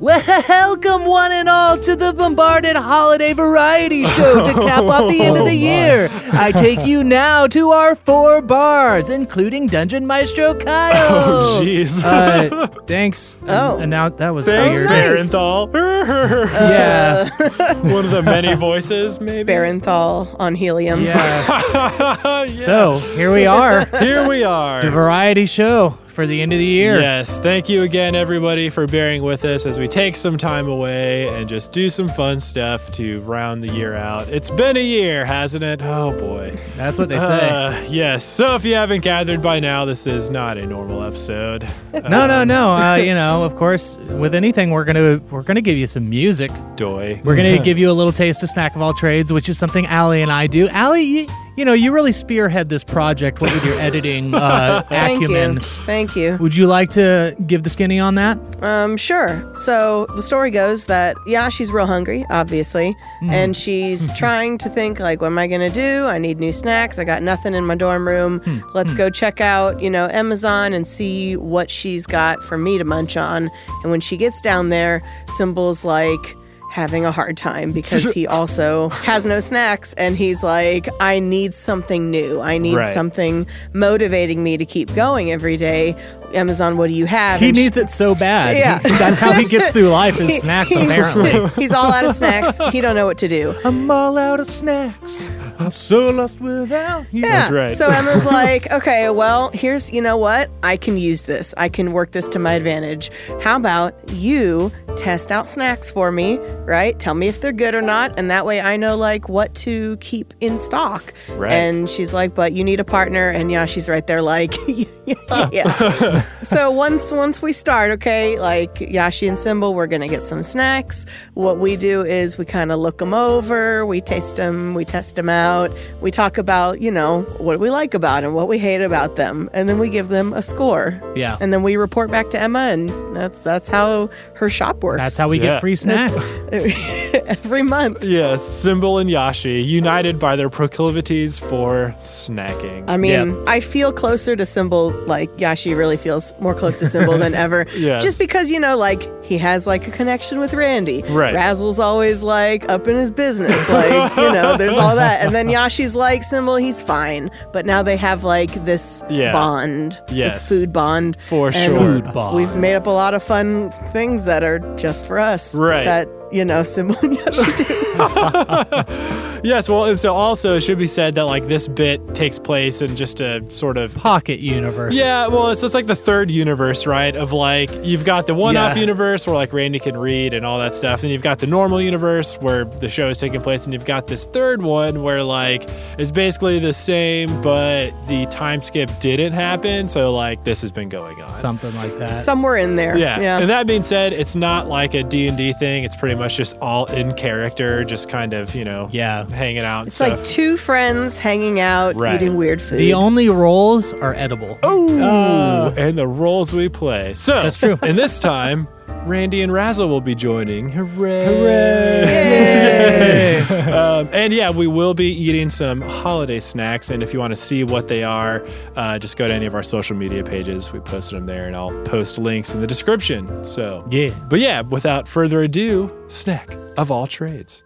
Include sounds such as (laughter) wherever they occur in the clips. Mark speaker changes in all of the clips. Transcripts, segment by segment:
Speaker 1: Welcome, one and all, to the Bombarded Holiday Variety Show to cap off the
Speaker 2: (laughs)
Speaker 1: end of
Speaker 2: Oh,
Speaker 1: the year. I take you now to our four bards, including Dungeon Maestro
Speaker 2: (laughs)
Speaker 1: Kyle.
Speaker 2: Oh, jeez.
Speaker 3: Uh, thanks.
Speaker 4: Oh.
Speaker 3: And now that was
Speaker 2: (laughs) Thanks,
Speaker 3: weird.
Speaker 4: nice.
Speaker 2: Barenthal.
Speaker 3: (laughs)
Speaker 2: (laughs)
Speaker 3: Yeah. Uh,
Speaker 2: One of
Speaker 3: (laughs)
Speaker 2: the many voices, maybe.
Speaker 4: Barenthal on helium.
Speaker 3: Yeah.
Speaker 2: (laughs) Yeah.
Speaker 3: So here we are.
Speaker 2: here we are.
Speaker 3: The variety show for the end of the year.
Speaker 2: Yes, thank you again, everybody, for bearing with us as we take some time away and just do some fun stuff to round the year out. It's been a year, hasn't it? Oh boy.
Speaker 3: That's what they say.
Speaker 2: Uh, yes. So if you haven't gathered by now, this is not a normal episode.
Speaker 3: no, no, no. Uh, you know, of course, with anything, we're gonna we're gonna give you some music.
Speaker 2: Doy.
Speaker 3: We're gonna
Speaker 4: Mm-hmm.
Speaker 3: give you a little taste of snack of all trades, which is something Allie and I do. Allie, you, you know, you really spearhead this project with your editing uh,
Speaker 4: (laughs) Thank
Speaker 3: acumen.
Speaker 4: you. Thank you.
Speaker 3: Would you like to give the skinny on that?
Speaker 4: Um, sure. So the story goes that yeah, she's real hungry, obviously,
Speaker 3: Hmm. (laughs)
Speaker 4: and she's trying to think like, what am I gonna do? I need new snacks. I got nothing in my dorm room.
Speaker 3: Hmm.
Speaker 4: Let's go check out, you know, Amazon and see what she's got for me to munch on. And when she gets down there, symbols like having a hard time
Speaker 3: (laughs)
Speaker 4: because he also has no snacks and he's like I need something new. I need
Speaker 2: Right.
Speaker 4: something motivating me to keep going every day. Amazon, what do you have?
Speaker 3: He
Speaker 4: And she-
Speaker 3: needs it so bad.
Speaker 4: Yeah.
Speaker 3: He- (laughs) that's how he gets through life
Speaker 4: (laughs)
Speaker 3: is snacks, apparently.
Speaker 4: He's all out of snacks. He don't know what
Speaker 2: (laughs)
Speaker 4: to do.
Speaker 3: I'm all out of snacks. I'm so lost without you.
Speaker 4: Yeah.
Speaker 2: right.
Speaker 4: So Emma's like, okay, well, here's you know what? I can use this. I can work this to my advantage. How about you test out snacks for me, right? Tell me if they're good or not, and that way I know like what to keep in stock.
Speaker 2: Right.
Speaker 4: And she's like, but you need a partner, and yeah, she's right there like (laughs)
Speaker 2: (laughs)
Speaker 4: yeah. so once once we start, okay, like Yashi and Symbol, we're gonna get some snacks. What we do is we kind of look them over, we taste them, we test them out, we talk about you know what we like about them, what we hate about them, and then we give them a score.
Speaker 3: Yeah.
Speaker 4: And then we report back to Emma, and that's that's how her shop works.
Speaker 3: That's how we
Speaker 2: Yeah.
Speaker 3: get free snacks.
Speaker 4: (laughs) every month.
Speaker 2: Yes, Symbol and Yashi, united by their proclivities for snacking.
Speaker 4: I mean,
Speaker 3: Yep.
Speaker 4: I feel closer to Symbol, like Yashi really feels more close to Symbol
Speaker 2: (laughs)
Speaker 4: than ever.
Speaker 2: Yes.
Speaker 4: Just because, you know, like he has like a connection with Randy.
Speaker 2: Right.
Speaker 4: Razzle's always like up in his business.
Speaker 2: (laughs)
Speaker 4: Like, you know, there's all that. And then Yashi's like, Symbol, he's fine. But now they have like this
Speaker 2: Yeah.
Speaker 4: bond,
Speaker 2: Yes.
Speaker 4: this food bond.
Speaker 2: For
Speaker 4: And
Speaker 2: sure.
Speaker 3: Food bond.
Speaker 4: We've made up a lot of fun things that are just for us.
Speaker 2: Right.
Speaker 4: That, you know, Symbol and
Speaker 2: (laughs)
Speaker 4: Yashi do.
Speaker 2: Yes, well, and so also it should be said that like this bit takes place in just a sort of
Speaker 3: Pocket universe.
Speaker 2: Yeah, well, it's, it's like the third universe, right? Of like, you've got the one off
Speaker 3: Yeah.
Speaker 2: universe where like Randy can read and all that stuff. And you've got the normal universe where the show is taking place. And you've got this third one where like it's basically the same, but the time skip didn't happen. So like this has been going on.
Speaker 3: Something like that.
Speaker 4: Somewhere in there.
Speaker 2: yeah.
Speaker 4: Yeah.
Speaker 2: and that being said, it's not like a D&D thing. It's pretty much just all in character, just kind of, you know,
Speaker 3: Yeah.
Speaker 2: hanging out and
Speaker 4: It's
Speaker 2: stuff.
Speaker 4: like two friends hanging out,
Speaker 2: Right.
Speaker 4: eating weird food.
Speaker 3: the only rolls are edible.
Speaker 4: Oh.
Speaker 3: Uh,
Speaker 2: Ooh, and the roles we play. So
Speaker 3: That's true.
Speaker 2: And this time, Randy and Razzle will be joining. Hooray!
Speaker 3: Yay.
Speaker 2: (laughs) Um, and yeah, we will be eating some holiday snacks. And if you want to see what they are, uh, just go to any of our social media pages. We posted them there, and I'll post links in the description. So
Speaker 3: Yeah.
Speaker 2: But yeah, without further ado, snack of all trades.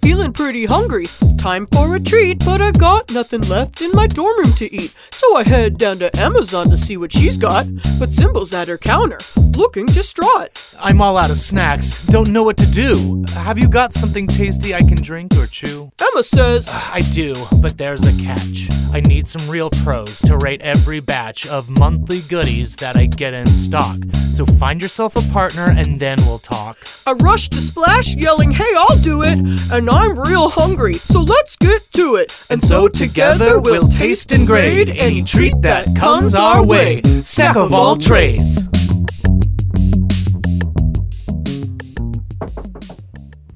Speaker 5: Feeling pretty hungry. Time for a treat, but I got nothing left in my dorm room to eat. So I head down to Amazon to see what she's got. But Symbol's at her counter, looking distraught.
Speaker 6: I'm all out of snacks. Don't know what to do. Have you got something tasty I can drink or chew?
Speaker 5: Emma says,
Speaker 6: I do, but there's a catch. I need some real pros to rate every batch of monthly goodies that I get in stock. So find yourself a partner and then we'll talk.
Speaker 5: I rush to Splash, yelling, Hey, I'll do it! And I'm real hungry, so let's get to it!
Speaker 6: And so together we'll taste and grade any treat that comes our way. Snack of all trades.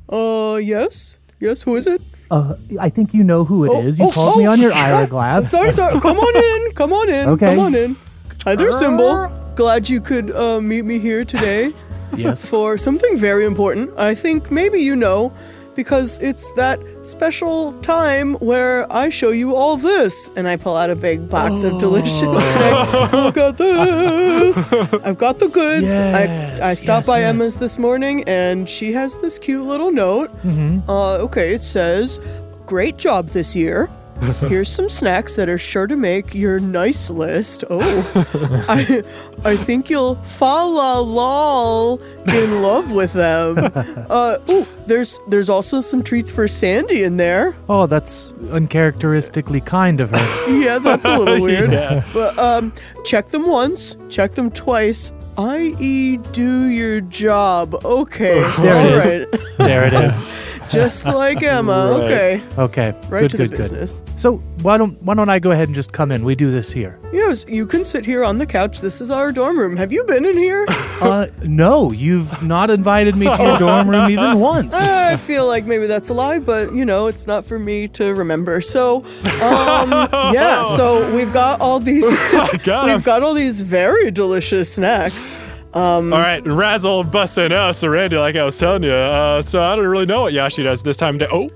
Speaker 5: Uh, yes? Yes, who is it?
Speaker 7: Uh, I think you know who it is.
Speaker 4: Oh,
Speaker 7: You called me on your Ira glass.
Speaker 5: Sorry, sorry. Come on in. Come on in.
Speaker 7: Okay.
Speaker 5: Come on in. Hi there, Symbol. Glad you could
Speaker 7: (laughs)
Speaker 5: uh, meet me here today. yes. For something very important. I think maybe you know
Speaker 4: because it's that special time where I show you all this. And I pull out a big box of delicious
Speaker 7: Oh.
Speaker 4: snacks. Look
Speaker 7: (laughs)
Speaker 4: at this. (laughs) I've got the goods. I, I stopped by Emma's this morning and she has this cute little note. Uh, okay, it says, Great job this year. Here's some snacks that are sure to make your nice list. Oh, I, I think you'll fa la lol in love with them. Uh, ooh, there's there's also some treats for Sandy in there.
Speaker 7: Oh, that's uncharacteristically kind of
Speaker 4: (laughs)
Speaker 7: her.
Speaker 4: Yeah, that's
Speaker 7: (laughs)
Speaker 4: a little weird. But um, check them once, check them twice. I.e., do your job. Okay,
Speaker 7: (laughs) There it
Speaker 4: all
Speaker 7: is.
Speaker 4: right.
Speaker 7: (laughs) there it is.
Speaker 4: (laughs) Just like Emma.
Speaker 7: (laughs)
Speaker 2: Right.
Speaker 4: Okay,
Speaker 7: Okay.
Speaker 4: right
Speaker 7: good,
Speaker 4: to
Speaker 7: good,
Speaker 4: the
Speaker 7: good.
Speaker 4: business.
Speaker 7: So why don't why don't I go ahead and just come in? We do this here.
Speaker 4: Yes, you can sit here on the couch. This is our dorm room. Have you been in
Speaker 7: (laughs)
Speaker 4: here?
Speaker 7: Uh, no, you've not invited me
Speaker 4: (laughs)
Speaker 7: to your dorm room even once.
Speaker 4: Uh, I feel like maybe that's a lie, but you know, it's not for me to remember. So, um,
Speaker 7: (laughs)
Speaker 4: yeah, so we've got all these
Speaker 7: Oh
Speaker 2: Got him.
Speaker 4: (laughs) we've got all these very delicious snacks.
Speaker 2: All right, Razzle busting out Randy, like I was telling you. Uh, so I don't really know what Yashi does this time of day. Oh,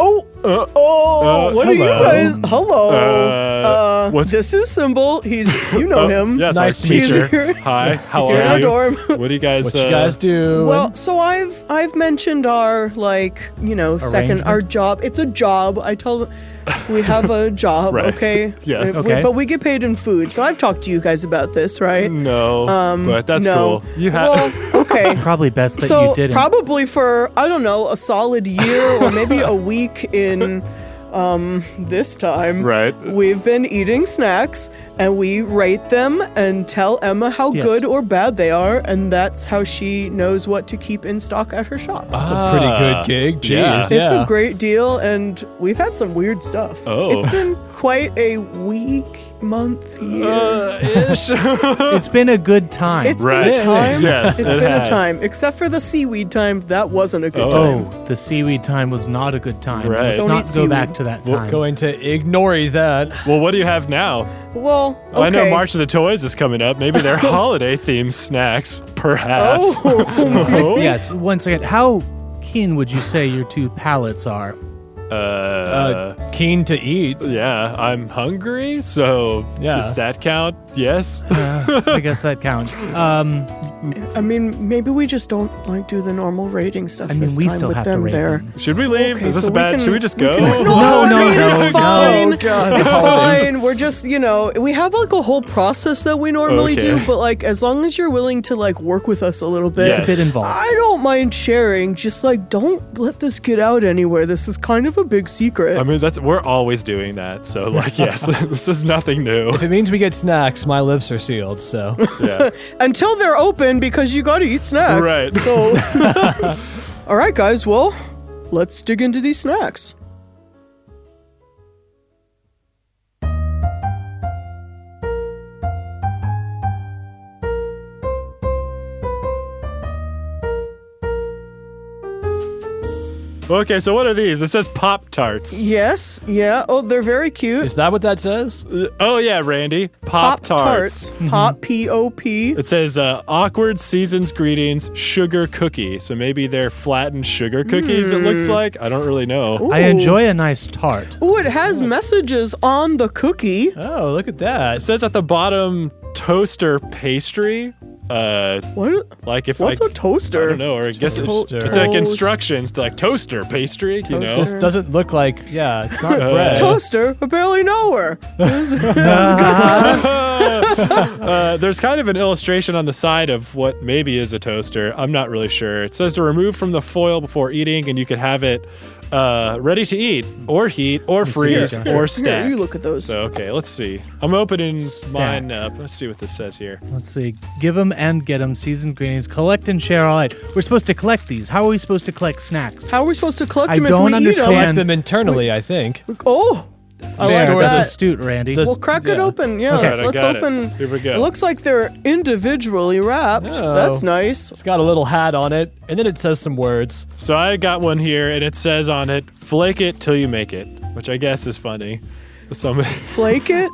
Speaker 4: Oh, uh, oh,
Speaker 2: Uh,
Speaker 4: what are
Speaker 2: hello.
Speaker 4: you guys? Hello.
Speaker 2: Uh,
Speaker 4: Oh, Uh,
Speaker 2: what's-
Speaker 4: this is Symbol.
Speaker 2: (laughs)
Speaker 4: He's you know
Speaker 2: oh,
Speaker 4: him.
Speaker 2: Yes,
Speaker 7: Nice
Speaker 2: nice
Speaker 7: to meet
Speaker 2: teacher.
Speaker 4: you. He's here.
Speaker 2: Hi,
Speaker 4: (laughs)
Speaker 2: how
Speaker 4: He's here in
Speaker 2: are
Speaker 4: our
Speaker 2: you?
Speaker 4: dorm.
Speaker 2: What do you guys?
Speaker 8: What
Speaker 2: uh,
Speaker 8: you
Speaker 2: (laughs)
Speaker 8: guys do?
Speaker 4: Well, so I've I've mentioned our like you know second our job. It's a job. I tell them we have
Speaker 2: (laughs)
Speaker 4: a job.
Speaker 2: Right.
Speaker 4: Okay.
Speaker 2: (laughs) Yes.
Speaker 4: If we-
Speaker 7: Okay.
Speaker 4: but we get paid in food. So I've talked to you guys about this, right?
Speaker 2: No,
Speaker 4: Um,
Speaker 2: but Mm, that's
Speaker 4: no.
Speaker 2: cool. You have.
Speaker 4: Well, okay.
Speaker 7: Probably best that
Speaker 4: so
Speaker 7: you didn't.
Speaker 4: probably for I don't know a solid year or maybe
Speaker 2: (laughs)
Speaker 4: a week in um this time
Speaker 2: Right.
Speaker 4: we've been eating snacks and we rate them and tell Emma how
Speaker 7: Yes.
Speaker 4: good or bad they are and that's how she knows what to keep in stock at her shop
Speaker 8: That's a pretty good gig.
Speaker 2: Ah. yeah.
Speaker 8: Jeez.
Speaker 2: It's
Speaker 4: it's a great deal and we've had some weird stuff
Speaker 2: Oh.
Speaker 4: it's been quite a week month year uh,
Speaker 7: it's been a good time.
Speaker 4: It's
Speaker 2: Uh, Right.
Speaker 4: been a time.
Speaker 2: (laughs) Yes,
Speaker 4: it's
Speaker 2: it
Speaker 4: been
Speaker 2: has.
Speaker 4: a time. Except for the seaweed time, that wasn't a good
Speaker 2: Oh.
Speaker 4: time.
Speaker 7: oh, the seaweed time was not a good time.
Speaker 2: Right.
Speaker 7: Let's
Speaker 2: Don't
Speaker 7: not
Speaker 4: eat
Speaker 7: go back
Speaker 4: seaweed.
Speaker 7: to that
Speaker 8: We're
Speaker 7: time.
Speaker 8: going to ignore that.
Speaker 2: (laughs) well, what do you have now?
Speaker 4: Well, okay.
Speaker 2: I know March of the Toys is coming up. Maybe
Speaker 4: (laughs)
Speaker 2: they're holiday themed snacks, perhaps. (laughs)
Speaker 4: Oh, (laughs)
Speaker 7: Yes. Once again, how keen would you say your two palates are?
Speaker 2: Uh,
Speaker 8: Uh, keen to eat.
Speaker 2: yeah, I'm hungry, so
Speaker 8: Yeah.
Speaker 2: does that count? Yes.
Speaker 7: I guess that counts. Um,
Speaker 4: I mean, maybe we just don't like do the normal rating stuff
Speaker 7: I mean,
Speaker 4: this
Speaker 7: we
Speaker 4: time
Speaker 7: still
Speaker 4: with
Speaker 7: have to
Speaker 4: them
Speaker 7: rate
Speaker 4: there.
Speaker 7: them.
Speaker 2: Should we leave?
Speaker 4: Okay,
Speaker 2: is this
Speaker 4: so
Speaker 2: a bad?
Speaker 4: can-
Speaker 2: should we just
Speaker 4: we
Speaker 2: go? (laughs)
Speaker 4: can ignore
Speaker 7: No,
Speaker 4: it.
Speaker 7: no,
Speaker 4: Read it.
Speaker 7: no,
Speaker 4: it's
Speaker 7: no.
Speaker 4: fine.
Speaker 7: Oh,
Speaker 4: It's fine. We're just, you know, we have like a whole process that we normally do,
Speaker 2: Okay.
Speaker 4: but like as long as you're willing to like work with us a little bit,
Speaker 2: Yes.
Speaker 7: it's a bit involved.
Speaker 4: I don't mind sharing. Just like don't let this get out anywhere. This is kind of a big secret.
Speaker 2: I mean, that's we're always doing that. So like, yes, (laughs) this is nothing new.
Speaker 4: (laughs)
Speaker 8: If it means we get snacks, my lips are sealed. (laughs) So
Speaker 2: Yeah.
Speaker 4: until they're open because you gotta eat snacks.
Speaker 2: Right. (laughs)
Speaker 4: So, (laughs) all right, guys. Well, let's dig into these snacks.
Speaker 2: Okay, so what are these? It says Pop Tarts.
Speaker 4: Yes. Yeah. Oh, they're very cute.
Speaker 8: is that what that says?
Speaker 2: Oh yeah, Randy, Pop Tarts. Mm-hmm.
Speaker 4: Pop P O P.
Speaker 2: It says uh, awkward seasons greetings sugar cookie. So maybe they're flattened sugar cookies. It
Speaker 4: Hmm.
Speaker 2: looks like I don't really know.
Speaker 7: I enjoy a nice tart.
Speaker 4: Oh, it has messages on the cookie.
Speaker 8: Oh, look at
Speaker 2: It
Speaker 8: that.
Speaker 2: says at the bottom toaster pastry. Uh,
Speaker 4: What?
Speaker 2: like if
Speaker 4: What's
Speaker 2: I,
Speaker 4: a toaster?
Speaker 2: I don't know, or I guess it's,
Speaker 4: Toaster.
Speaker 2: it's like
Speaker 4: Toast.
Speaker 2: instructions like toaster pastry. You know,
Speaker 8: This doesn't look like. Yeah, it's (laughs) not bread.
Speaker 4: Toaster? I barely know her.
Speaker 2: Uh, there's kind of an illustration on the side of what maybe is a toaster. I'm not really sure. It says to remove from the foil before eating, and you could have it uh, ready to eat, or heat, or freeze,
Speaker 7: Gotcha.
Speaker 2: or
Speaker 4: Here,
Speaker 2: stack.
Speaker 4: you look at those.
Speaker 2: So okay, let's see. I'm opening
Speaker 7: Stack.
Speaker 2: mine up. Let's see what this says here.
Speaker 7: Let's see. Give 'em and get 'em Seasoned greetings. Collect and share all right. We're supposed to collect these. How are we supposed to collect snacks?
Speaker 4: How are we supposed to collect
Speaker 7: I
Speaker 4: them
Speaker 7: don't
Speaker 4: if we
Speaker 8: Collect
Speaker 7: understand.
Speaker 8: them internally, I think.
Speaker 4: eat them? Oh, I
Speaker 7: Fair,
Speaker 4: like
Speaker 7: that's
Speaker 4: that.
Speaker 7: astute, Randy.
Speaker 8: Does-
Speaker 4: Well, crack it
Speaker 8: yeah.
Speaker 4: open. Yeah,
Speaker 2: Okay.
Speaker 4: so
Speaker 2: Got it,
Speaker 4: let's
Speaker 2: got it.
Speaker 4: open.
Speaker 2: Here we go.
Speaker 4: It looks like they're individually wrapped.
Speaker 8: Oh.
Speaker 4: That's nice.
Speaker 8: It's got a little hat on it, and then it says some words.
Speaker 2: So I got one here, and it says on it, "Flake it till you make it," which I guess is funny. Somebody. (laughs)
Speaker 4: Flake it,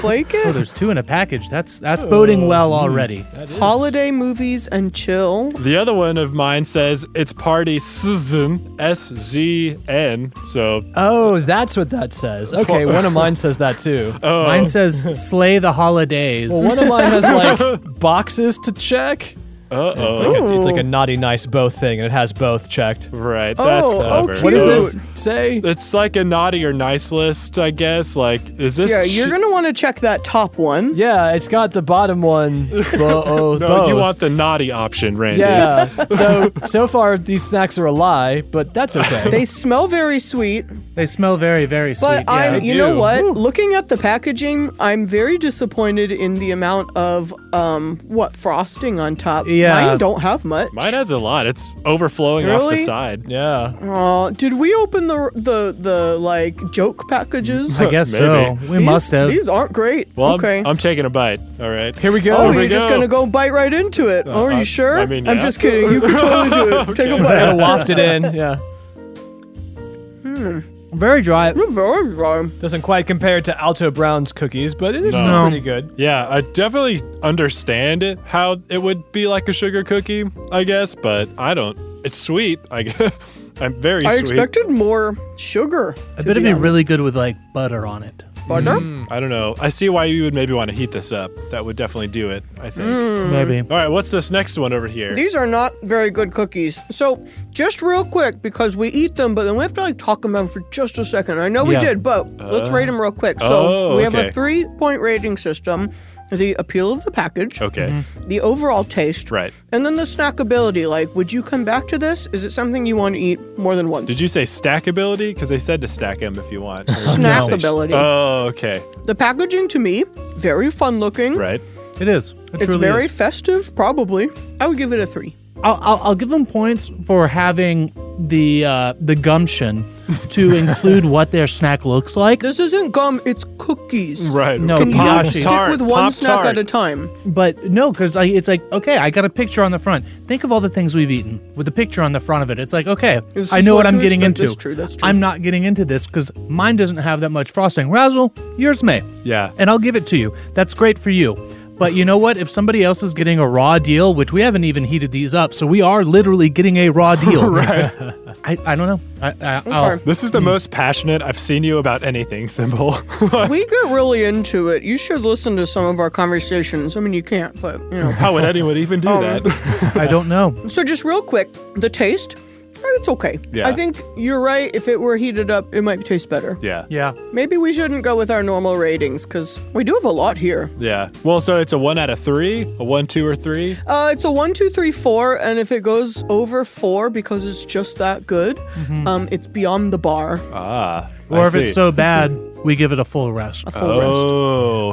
Speaker 4: flake
Speaker 7: Oh,
Speaker 4: it.
Speaker 7: there's two in a package. That's
Speaker 4: Oh,
Speaker 7: that's
Speaker 4: mm.
Speaker 7: boding well already.
Speaker 4: Holiday movies and chill.
Speaker 2: The other one of mine says it's party season, S Z N. So
Speaker 8: Oh, that's what that says. Okay, one of mine says that (laughs) too.
Speaker 4: Oh.
Speaker 7: Mine
Speaker 4: (laughs)
Speaker 7: says slay the holidays.
Speaker 8: Well, one of mine has (laughs) like boxes to check.
Speaker 2: uh
Speaker 8: It's
Speaker 2: oh.
Speaker 8: like, a, it's like a naughty nice both thing, and it has both checked.
Speaker 2: Right, that's
Speaker 4: Oh, oh,
Speaker 2: clever.
Speaker 4: cute.
Speaker 8: What does
Speaker 2: So
Speaker 8: this say?
Speaker 2: It's like a naughty or nice list, I guess. Like, is this?
Speaker 4: Yeah, you're
Speaker 2: sh-
Speaker 4: gonna want to check that top one.
Speaker 8: Yeah, it's got the bottom
Speaker 2: (laughs)
Speaker 8: one. Bo- oh,
Speaker 2: No,
Speaker 8: both.
Speaker 2: you want the naughty option, Randy.
Speaker 8: Yeah.
Speaker 2: (laughs)
Speaker 8: so so far these snacks are a lie, but that's okay.
Speaker 4: They smell very sweet,
Speaker 7: they smell very very sweet.
Speaker 4: but
Speaker 7: yeah.
Speaker 4: I'm. You know
Speaker 2: do.
Speaker 4: what? Looking at the packaging, I'm very disappointed in the amount of um what frosting on top.
Speaker 7: Yeah.
Speaker 4: mine don't have much.
Speaker 2: Mine has a lot. It's overflowing off the
Speaker 4: Really?
Speaker 2: side.
Speaker 8: yeah.
Speaker 4: Aw, did we open the the the like joke packages?
Speaker 7: I guess so. We
Speaker 4: These-
Speaker 7: must have.
Speaker 4: These aren't great.
Speaker 2: Well, I'm-
Speaker 4: okay.
Speaker 2: I'm, taking a bite. All right.
Speaker 8: Here we go.
Speaker 4: oh,
Speaker 2: here
Speaker 4: you're
Speaker 2: we
Speaker 4: just
Speaker 2: go. Uh,
Speaker 4: gonna go bite right into it. oh, are
Speaker 2: I-
Speaker 4: you sure?
Speaker 2: I mean,
Speaker 4: am
Speaker 2: yeah.
Speaker 4: just kidding. You can totally do
Speaker 2: (laughs)
Speaker 4: it. Take a bite.
Speaker 8: Gotta waft it in. Yeah.
Speaker 7: very dry.
Speaker 4: Very wrong.
Speaker 8: Doesn't quite compare to Alto Brown's cookies, but it is still
Speaker 7: No.
Speaker 8: pretty good.
Speaker 2: Yeah, I definitely understand it, how it would be like a sugar cookie, I guess, but I don't. It's sweet. I (laughs) guess. I'm very
Speaker 4: I
Speaker 2: sweet.
Speaker 4: expected more sugar.
Speaker 7: I bet it'd be really good with like butter on it.
Speaker 4: butter.
Speaker 2: I don't know. I see why you would maybe want to heat this up. That would definitely do it, I think.
Speaker 4: Mm.
Speaker 7: Maybe.
Speaker 2: All right, what's this next one over here?
Speaker 4: These are not very good cookies. So, just real quick, because we eat them, but then we have to like talk about them for just a second. I know we
Speaker 7: Yeah.
Speaker 4: did, but let's rate them real quick. So,
Speaker 2: Oh,
Speaker 4: we have
Speaker 2: okay.
Speaker 4: a three point rating system the appeal of the package,
Speaker 2: okay.
Speaker 7: Mm-hmm.
Speaker 4: the overall taste,
Speaker 2: Right.
Speaker 4: and then the snackability. Like, would you come back to this? Is it something you want to eat more than once?
Speaker 2: Did you say stackability? Because they said to stack them if you
Speaker 4: (laughs)
Speaker 2: want.
Speaker 4: Snackability.
Speaker 2: Oh, okay.
Speaker 4: the packaging to me, very fun looking.
Speaker 2: Right.
Speaker 7: It is. It
Speaker 4: It's
Speaker 7: truly
Speaker 4: very
Speaker 7: is.
Speaker 4: festive, probably. I would give it a three.
Speaker 7: I'll, I'll, I'll give them points for having the uh, the
Speaker 4: (laughs)
Speaker 7: gumption to include what their snack looks like.
Speaker 4: This isn't gum, it's cookies.
Speaker 2: Right.
Speaker 7: No,
Speaker 4: Can you
Speaker 7: Kapashi.
Speaker 4: stick
Speaker 2: Pop-Tart,
Speaker 4: with one snack
Speaker 2: Pop-Tart.
Speaker 4: at a time?
Speaker 7: But no, because it's like okay, I got a picture on the front. Think of all the things we've eaten with the picture on the front of it. It's like okay,
Speaker 4: This
Speaker 7: I
Speaker 4: is
Speaker 7: know
Speaker 4: what
Speaker 7: what I'm
Speaker 4: to
Speaker 7: getting
Speaker 4: expect.
Speaker 7: into.
Speaker 4: That's oh, true, that's true.
Speaker 7: I'm not getting into this because mine doesn't have that much frosting. Razzle, yours may.
Speaker 2: Yeah.
Speaker 7: and I'll give it to you. That's great for you. But you know what? If somebody else is getting a raw deal, which we haven't even heated these up, so we are literally getting a
Speaker 2: (laughs)
Speaker 7: raw deal. right. (laughs) I, I don't know. I, I, I'll,
Speaker 4: Okay.
Speaker 2: This is the
Speaker 7: Mm.
Speaker 2: most passionate I've seen you about anything, Symbol. (laughs)
Speaker 4: we get really into it. You should listen to some of our conversations. I mean, you can't, but
Speaker 2: (laughs)
Speaker 4: you know.
Speaker 2: How would anyone even do
Speaker 4: Um,
Speaker 2: that?
Speaker 7: I don't know.
Speaker 4: So just real quick, the taste. eh, It's okay.
Speaker 2: Yeah.
Speaker 4: I think you're right. If it were heated up, it might taste better.
Speaker 2: yeah.
Speaker 7: Yeah.
Speaker 4: Maybe we shouldn't go with our normal ratings because we do have a lot here.
Speaker 2: Yeah. Well, so it's a one out of three, a one, two, or three.
Speaker 4: Uh, it's a one, two, three, four, and if it goes over four because it's just that good,
Speaker 2: Mm-hmm.
Speaker 4: um, it's beyond the bar.
Speaker 2: Ah.
Speaker 7: Or
Speaker 2: I
Speaker 7: if
Speaker 2: see.
Speaker 7: it's so bad, we give it a full rest.
Speaker 4: Full roast.
Speaker 2: Oh,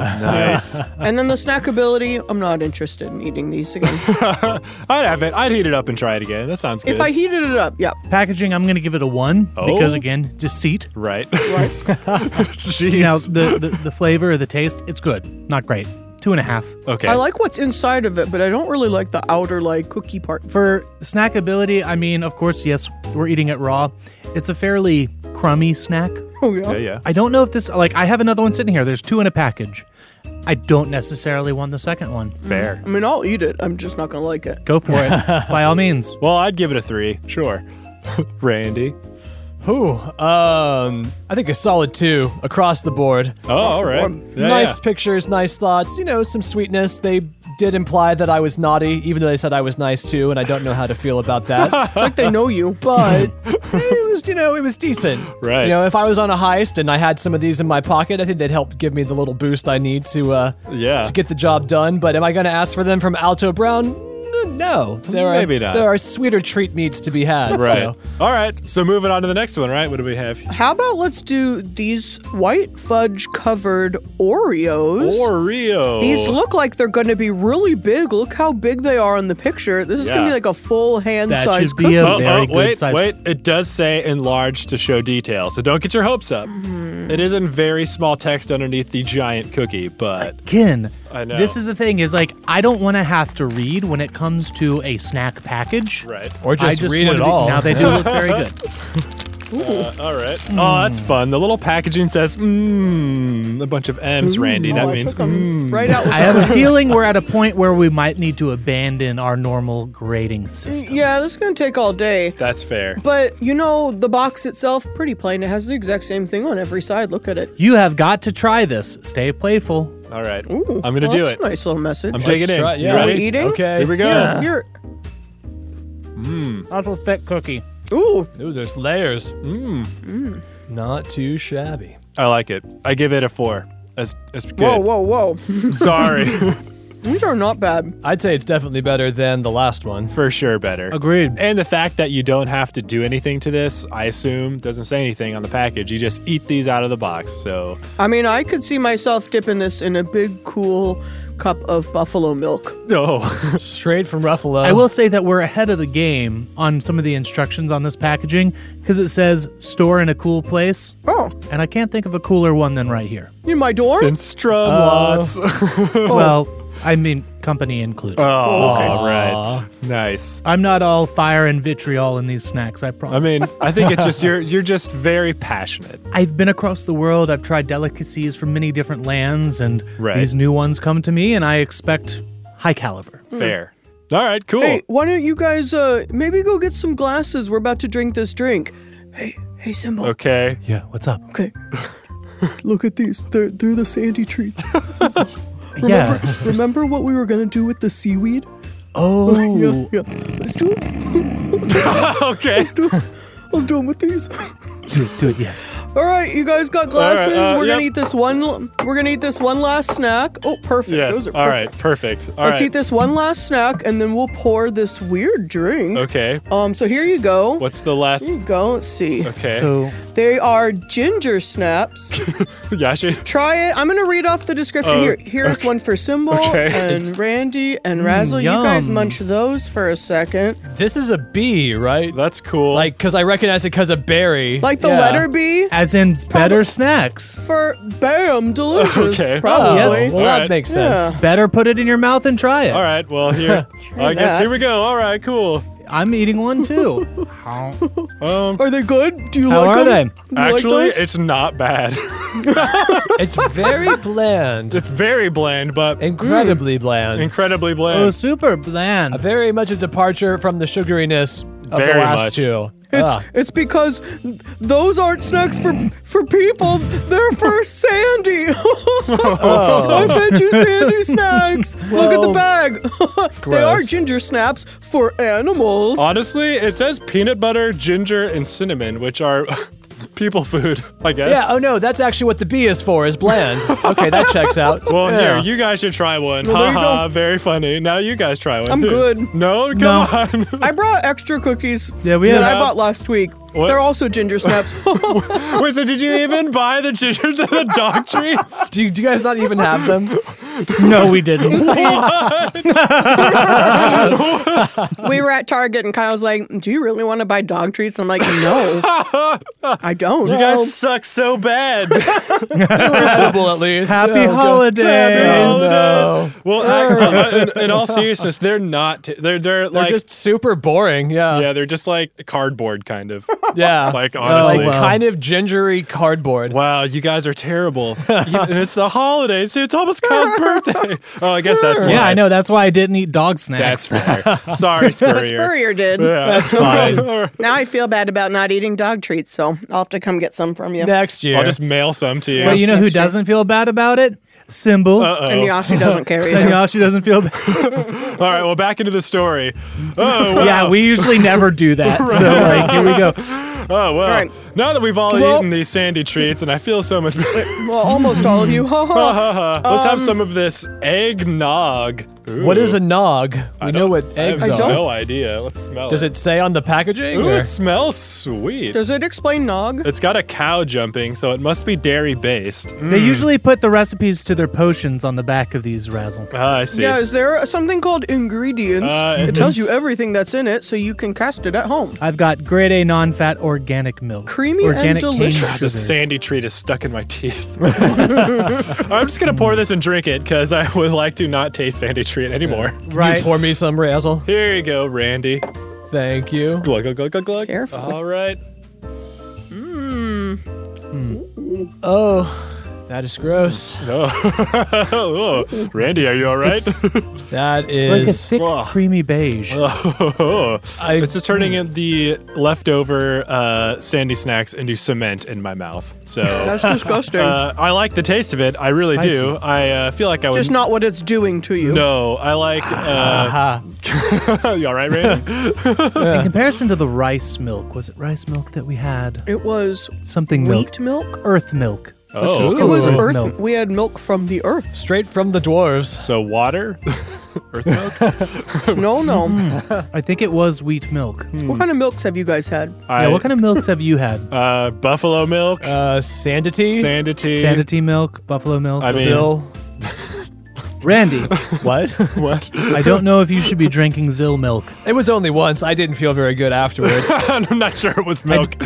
Speaker 7: (laughs)
Speaker 2: nice.
Speaker 4: And then the snackability, I'm not interested in eating these
Speaker 2: (laughs)
Speaker 4: again.
Speaker 2: I'd have it. I'd heat it up and try it again. That sounds good.
Speaker 4: if I heated it up, yeah.
Speaker 7: Packaging, I'm going to give it a one because,
Speaker 2: Oh.
Speaker 7: again, deceit.
Speaker 2: right. (laughs)
Speaker 4: Right.
Speaker 2: Jeez.
Speaker 7: (laughs) Now, the, the, the flavor or the taste, it's good. Not great. Two and a half.
Speaker 2: okay.
Speaker 4: I like what's inside of it, but I don't really like the outer like cookie part. (laughs)
Speaker 7: For snackability, I mean, of course, yes, we're eating it raw. It's a fairly crummy snack.
Speaker 4: Oh yeah.
Speaker 2: yeah, yeah.
Speaker 7: I don't know if this like I have another one sitting here. There's two in a package. I don't necessarily want the second one.
Speaker 2: Fair.
Speaker 4: I mean, I'll eat it. I'm just not gonna like it.
Speaker 7: Go for it. By all means.
Speaker 2: Well, I'd give it a three. Sure. (laughs) Randy.
Speaker 8: Ooh, um, I think a solid two across the board.
Speaker 2: Oh, all right. Yeah,
Speaker 8: nice
Speaker 2: yeah.
Speaker 8: pictures, nice thoughts, you know, some sweetness. They did imply that I was naughty, even though they said I was nice too, and I don't know how to feel
Speaker 2: (laughs)
Speaker 8: about that.
Speaker 4: It's like they know you.
Speaker 8: but it was, you know, it was decent.
Speaker 2: Right.
Speaker 8: You know, if I was on a heist and I had some of these in my pocket, I think they'd help give me the little boost I need to, uh,
Speaker 2: Yeah.
Speaker 8: to get the job done. But am I going to ask for them from Alto Brown? N- No, there are
Speaker 2: Maybe not.
Speaker 8: there are sweeter treat meats to be had.
Speaker 2: Right.
Speaker 8: So.
Speaker 2: All right. So moving on to the next one, right? What do we have?
Speaker 4: How about let's do these white fudge covered Oreos?
Speaker 2: Oreo.
Speaker 4: These look like they're going to be really big. Look how big they are in the picture. This is going to
Speaker 2: Yeah.
Speaker 4: be like a full hand
Speaker 7: That
Speaker 4: size
Speaker 7: should be a
Speaker 4: cookie.
Speaker 2: Oh,
Speaker 7: very
Speaker 2: oh,
Speaker 7: good
Speaker 2: wait,
Speaker 7: size.
Speaker 2: wait. It does say enlarged to show detail, so don't get your hopes up.
Speaker 4: Mm-hmm.
Speaker 2: It is in very small text underneath the giant cookie, but
Speaker 7: Kin.
Speaker 2: I know.
Speaker 7: This is the thing is like I don't want to have to read when it comes to a snack package.
Speaker 2: right.
Speaker 8: Or just,
Speaker 7: I just
Speaker 8: read
Speaker 7: wanna
Speaker 8: it
Speaker 7: be-
Speaker 8: all.
Speaker 7: Now they do look very good.
Speaker 2: Uh, all right. Oh, that's fun. The little packaging says mmm, a bunch of M's, Randy.
Speaker 4: Oh,
Speaker 2: that means mmm.
Speaker 4: Right out. With
Speaker 7: I have a feeling we're at a point where we might need to abandon our normal grading system.
Speaker 4: (laughs) yeah, this is gonna take all day.
Speaker 2: That's fair.
Speaker 4: But you know, the box itself, pretty plain. It has the exact same thing on every side. Look at it.
Speaker 7: You have got to try this. Stay playful.
Speaker 2: All right.
Speaker 4: Ooh,
Speaker 2: I'm gonna
Speaker 4: well,
Speaker 2: do
Speaker 4: that's
Speaker 2: it.
Speaker 4: a nice little message.
Speaker 2: I'm taking it.
Speaker 8: try-
Speaker 2: in. You
Speaker 8: yeah.
Speaker 2: ready?
Speaker 4: Are we eating?
Speaker 8: Okay.
Speaker 2: Here we go.
Speaker 4: Yeah, You're.
Speaker 7: Not a thick cookie.
Speaker 4: Ooh,
Speaker 8: Ooh, there's layers. Mmm. Not too shabby.
Speaker 2: I like it. I give it a four. As as good.
Speaker 4: whoa, whoa, whoa.
Speaker 2: Sorry.
Speaker 4: These are not bad.
Speaker 8: I'd say it's definitely better than the last one. (laughs)
Speaker 2: For sure, better.
Speaker 7: Agreed.
Speaker 2: And the fact that you don't have to do anything to this, I assume, doesn't say anything on the package. You just eat these out of the box. So
Speaker 4: I mean, I could see myself dipping this in a big, cool cup of buffalo milk.
Speaker 2: (laughs) no.
Speaker 8: Straight from Ruffalo. (laughs)
Speaker 7: I will say that we're ahead of the game on some of the instructions on this packaging because it says store in a cool place.
Speaker 4: Oh,
Speaker 7: And I can't think of a cooler one than right here.
Speaker 4: in my dorm?
Speaker 2: and strum lots.
Speaker 7: Well, I mean, company included.
Speaker 2: Oh, all right. Nice.
Speaker 7: I'm not all fire and vitriol in these snacks, I promise.
Speaker 2: I mean, I think it's just you're you're just very passionate.
Speaker 7: I've been across the world. I've tried delicacies from many different lands, and
Speaker 2: Right.
Speaker 7: these new ones come to me, and I expect high caliber.
Speaker 2: Fair. All right, cool.
Speaker 4: Hey, why don't you guys uh maybe go get some glasses? We're about to drink this drink. Hey, hey, Simba.
Speaker 2: Okay.
Speaker 7: Yeah, what's up?
Speaker 4: Okay. (laughs) Look at these. They're they're the sandy treats.
Speaker 7: Yeah.
Speaker 4: Remember what we were gonna do with the seaweed?
Speaker 7: Oh,
Speaker 4: (laughs) Yeah. Let's do it.
Speaker 2: Okay.
Speaker 4: Let's do it. Let's do it with these. (laughs)
Speaker 7: do it, do it, yes.
Speaker 4: All right, you guys got glasses.
Speaker 2: uh,
Speaker 4: we're gonna
Speaker 2: yep.
Speaker 4: eat this one. l- We're gonna eat this one last snack. Oh, perfect.
Speaker 2: Yes.
Speaker 4: Those are
Speaker 2: All
Speaker 4: perfect.
Speaker 2: right. Perfect. All right.
Speaker 4: Let's eat this one last snack, and then we'll pour this weird drink.
Speaker 2: Okay.
Speaker 4: Um. So here you go.
Speaker 2: What's the last?
Speaker 4: Here you go. Let's see.
Speaker 7: (laughs)
Speaker 2: Okay.
Speaker 7: So,
Speaker 4: They are ginger snaps.
Speaker 2: (laughs) Yashi.
Speaker 4: Try it. I'm gonna read off the description
Speaker 2: Oh,
Speaker 4: here. Here's one for
Speaker 2: (laughs)
Speaker 4: Symbol
Speaker 2: Okay. Mm,
Speaker 4: and Randy and Razzle. you guys
Speaker 7: yum.
Speaker 4: munch those for a second,
Speaker 8: This is a B, right?
Speaker 2: That's cool.
Speaker 8: Like, because I recognize it because of Barry.
Speaker 4: like the
Speaker 8: Yeah.
Speaker 4: letter B
Speaker 7: as in better snacks.
Speaker 4: for bam, delicious.
Speaker 2: Okay.
Speaker 8: Oh,
Speaker 4: Probably.
Speaker 8: well, that
Speaker 2: Alright.
Speaker 8: makes
Speaker 4: Yeah.
Speaker 8: sense.
Speaker 7: Better put it in your mouth and try it.
Speaker 2: All right. Well,
Speaker 4: (laughs)
Speaker 2: here. I guess
Speaker 4: that.
Speaker 2: here we go. All right. Cool.
Speaker 7: I'm eating one
Speaker 2: (laughs)
Speaker 7: too. How
Speaker 4: Are they good? Do you like
Speaker 7: are they?
Speaker 4: them? Do you like
Speaker 2: Actually,
Speaker 4: those?
Speaker 2: it's not bad. (laughs)
Speaker 4: (laughs)
Speaker 8: It's very bland.
Speaker 2: it's mm. very bland, but
Speaker 8: Incredibly
Speaker 4: Mm.
Speaker 8: bland.
Speaker 2: incredibly
Speaker 7: Oh,
Speaker 2: bland.
Speaker 7: super
Speaker 8: A
Speaker 7: bland.
Speaker 8: very much a departure from the sugariness of the
Speaker 2: Very
Speaker 8: last
Speaker 2: much.
Speaker 8: two.
Speaker 4: It's, (laughs)
Speaker 8: Ah.
Speaker 4: it's because those aren't snacks for for people. They're for Sandy. (laughs) oh.
Speaker 8: Oh.
Speaker 4: I fed you Sandy snacks. Look at the
Speaker 8: Well,
Speaker 4: bag. (laughs) they are
Speaker 8: gross.
Speaker 4: ginger snaps for animals.
Speaker 2: Honestly, it says peanut butter, ginger, and cinnamon, which are (laughs) people food, I guess.
Speaker 8: Yeah, oh no, that's actually what the B is for, is bland. okay, that checks out.
Speaker 2: (laughs) Well,
Speaker 8: yeah.
Speaker 2: here, you guys should try one.
Speaker 4: Well, there
Speaker 2: ha
Speaker 4: you
Speaker 2: ha, very funny. Now you guys try one.
Speaker 4: I'm
Speaker 2: too.
Speaker 4: good.
Speaker 2: No, come
Speaker 7: No.
Speaker 2: on. (laughs)
Speaker 4: I brought extra cookies.
Speaker 7: Yeah, we
Speaker 4: that
Speaker 7: have-
Speaker 4: I bought last week.
Speaker 2: What?
Speaker 4: They're also ginger snaps. (laughs)
Speaker 2: Wait, so did you even buy the ginger the dog
Speaker 4: (laughs)
Speaker 2: treats?
Speaker 8: Do, you, do you guys not even have them?
Speaker 2: (laughs)
Speaker 7: (laughs) No, we didn't.
Speaker 4: we were at Target and Kyle's like, "Do you really want to buy dog treats?" I'm like, "No, I don't."
Speaker 2: You guys suck so bad.
Speaker 4: (laughs)
Speaker 8: They were edible at least.
Speaker 7: Happy
Speaker 8: Oh, God.
Speaker 7: holidays.
Speaker 8: Oh, no.
Speaker 2: well, I, uh, in, in all seriousness, they're not. T- they're they're
Speaker 8: They're
Speaker 2: like
Speaker 8: just super boring.
Speaker 2: (laughs)
Speaker 8: Yeah.
Speaker 2: yeah, they're just like cardboard kind of.
Speaker 8: Yeah.
Speaker 2: Like
Speaker 8: Like,
Speaker 2: honestly.
Speaker 7: wow.
Speaker 8: kind of gingery cardboard.
Speaker 2: Wow, you guys are terrible. You- and it's the holidays. It's almost Kyle's birthday. Oh, I guess that's why.
Speaker 7: Yeah, I know. That's why I didn't eat dog snacks.
Speaker 2: That's fair. (laughs) Sorry, Spurrier.
Speaker 4: Spurrier did.
Speaker 2: Yeah. That's fine.
Speaker 4: Now I feel bad about not eating dog treats, so I'll have to come get some from you.
Speaker 8: Next year.
Speaker 2: I'll just mail some to you.
Speaker 7: But you know who doesn't feel bad about it? Symbol.
Speaker 4: And Yashi doesn't carry
Speaker 7: And
Speaker 4: them.
Speaker 7: Yashi doesn't feel
Speaker 2: (laughs)
Speaker 7: bad.
Speaker 2: All right, well, back into the story. Oh, wow.
Speaker 7: Yeah, we usually never do
Speaker 2: (laughs)
Speaker 7: that. So like, here we go.
Speaker 2: Oh, well.
Speaker 4: Right.
Speaker 2: Now that we've all
Speaker 4: Well-
Speaker 2: eaten these sandy treats, and I feel so much better,
Speaker 4: (laughs)
Speaker 2: (laughs) Uh-huh.
Speaker 4: Well, almost all of you. Ha ha.
Speaker 2: let's have some of this eggnog. Ooh,
Speaker 8: what is a nog? We know what
Speaker 2: I have
Speaker 8: eggs are.
Speaker 2: no idea. Let's smell
Speaker 8: Does it say on the packaging?
Speaker 2: Ooh,
Speaker 8: or-
Speaker 2: it smells sweet.
Speaker 4: Does it explain nog?
Speaker 2: It's got a cow jumping, so it must be dairy based. Mm.
Speaker 7: They usually put the recipes to their potions on the back of these razzle.
Speaker 2: Ah, I see.
Speaker 4: Yeah, is there something called ingredients?
Speaker 2: Uh,
Speaker 4: it
Speaker 2: it's-
Speaker 4: tells you everything that's in it, so you can cast it at home.
Speaker 7: I've got grade A non-fat organic milk,
Speaker 4: Creamy and
Speaker 7: organic cane
Speaker 4: delicious.
Speaker 2: The
Speaker 7: sugar.
Speaker 2: sandy treat is stuck in my teeth. (laughs) I'm just gonna pour this and drink it because I would like to not taste sandy treat anymore.
Speaker 8: Can
Speaker 7: right?
Speaker 8: You pour me some razzle.
Speaker 2: Here you go, Randy.
Speaker 8: Thank you.
Speaker 2: Glug glug glug glug glug.
Speaker 4: Careful.
Speaker 2: All right.
Speaker 8: Oh, that is gross.
Speaker 2: Oh, Randy, are you all right? (laughs)
Speaker 8: That
Speaker 7: Like a
Speaker 8: is.
Speaker 7: thick,
Speaker 2: Whoa.
Speaker 7: creamy beige.
Speaker 2: Oh,
Speaker 8: I-
Speaker 2: it's just turning in the leftover uh, sandy snacks into cement in my mouth. So that's disgusting. (laughs) Uh, I like the taste of it. I really do. I uh, feel like I would.
Speaker 4: Just not what it's doing to you.
Speaker 2: no, I like.
Speaker 7: Ah.
Speaker 2: Uh, (laughs) you all right, Randy?
Speaker 7: (laughs) In comparison to the rice milk, was it rice milk that we had?
Speaker 4: It was
Speaker 7: Something milk.
Speaker 4: wheat milk.
Speaker 7: Earth milk.
Speaker 2: Oh.
Speaker 4: It was
Speaker 7: Earth
Speaker 4: earth.
Speaker 7: milk.
Speaker 4: We had milk from
Speaker 2: (laughs)
Speaker 4: the earth.
Speaker 8: Straight from the dwarves.
Speaker 2: So water, earth milk.
Speaker 4: No, no.
Speaker 7: I think it was wheat milk.
Speaker 2: Hmm.
Speaker 4: What kind of milks have you guys had?
Speaker 2: I,
Speaker 7: Yeah, what kind of milks have you had?
Speaker 2: uh, buffalo milk,
Speaker 8: Uh, Sandity.
Speaker 2: sandity.
Speaker 7: Sanity milk, buffalo milk.
Speaker 2: I mean,
Speaker 8: Zill.
Speaker 2: (laughs)
Speaker 7: Randy,
Speaker 8: What?
Speaker 2: what?
Speaker 7: I don't know if you should be drinking Zill milk.
Speaker 8: it was only once. I didn't feel very
Speaker 2: (laughs)
Speaker 8: good afterwards.
Speaker 2: (laughs) I'm not sure it was milk.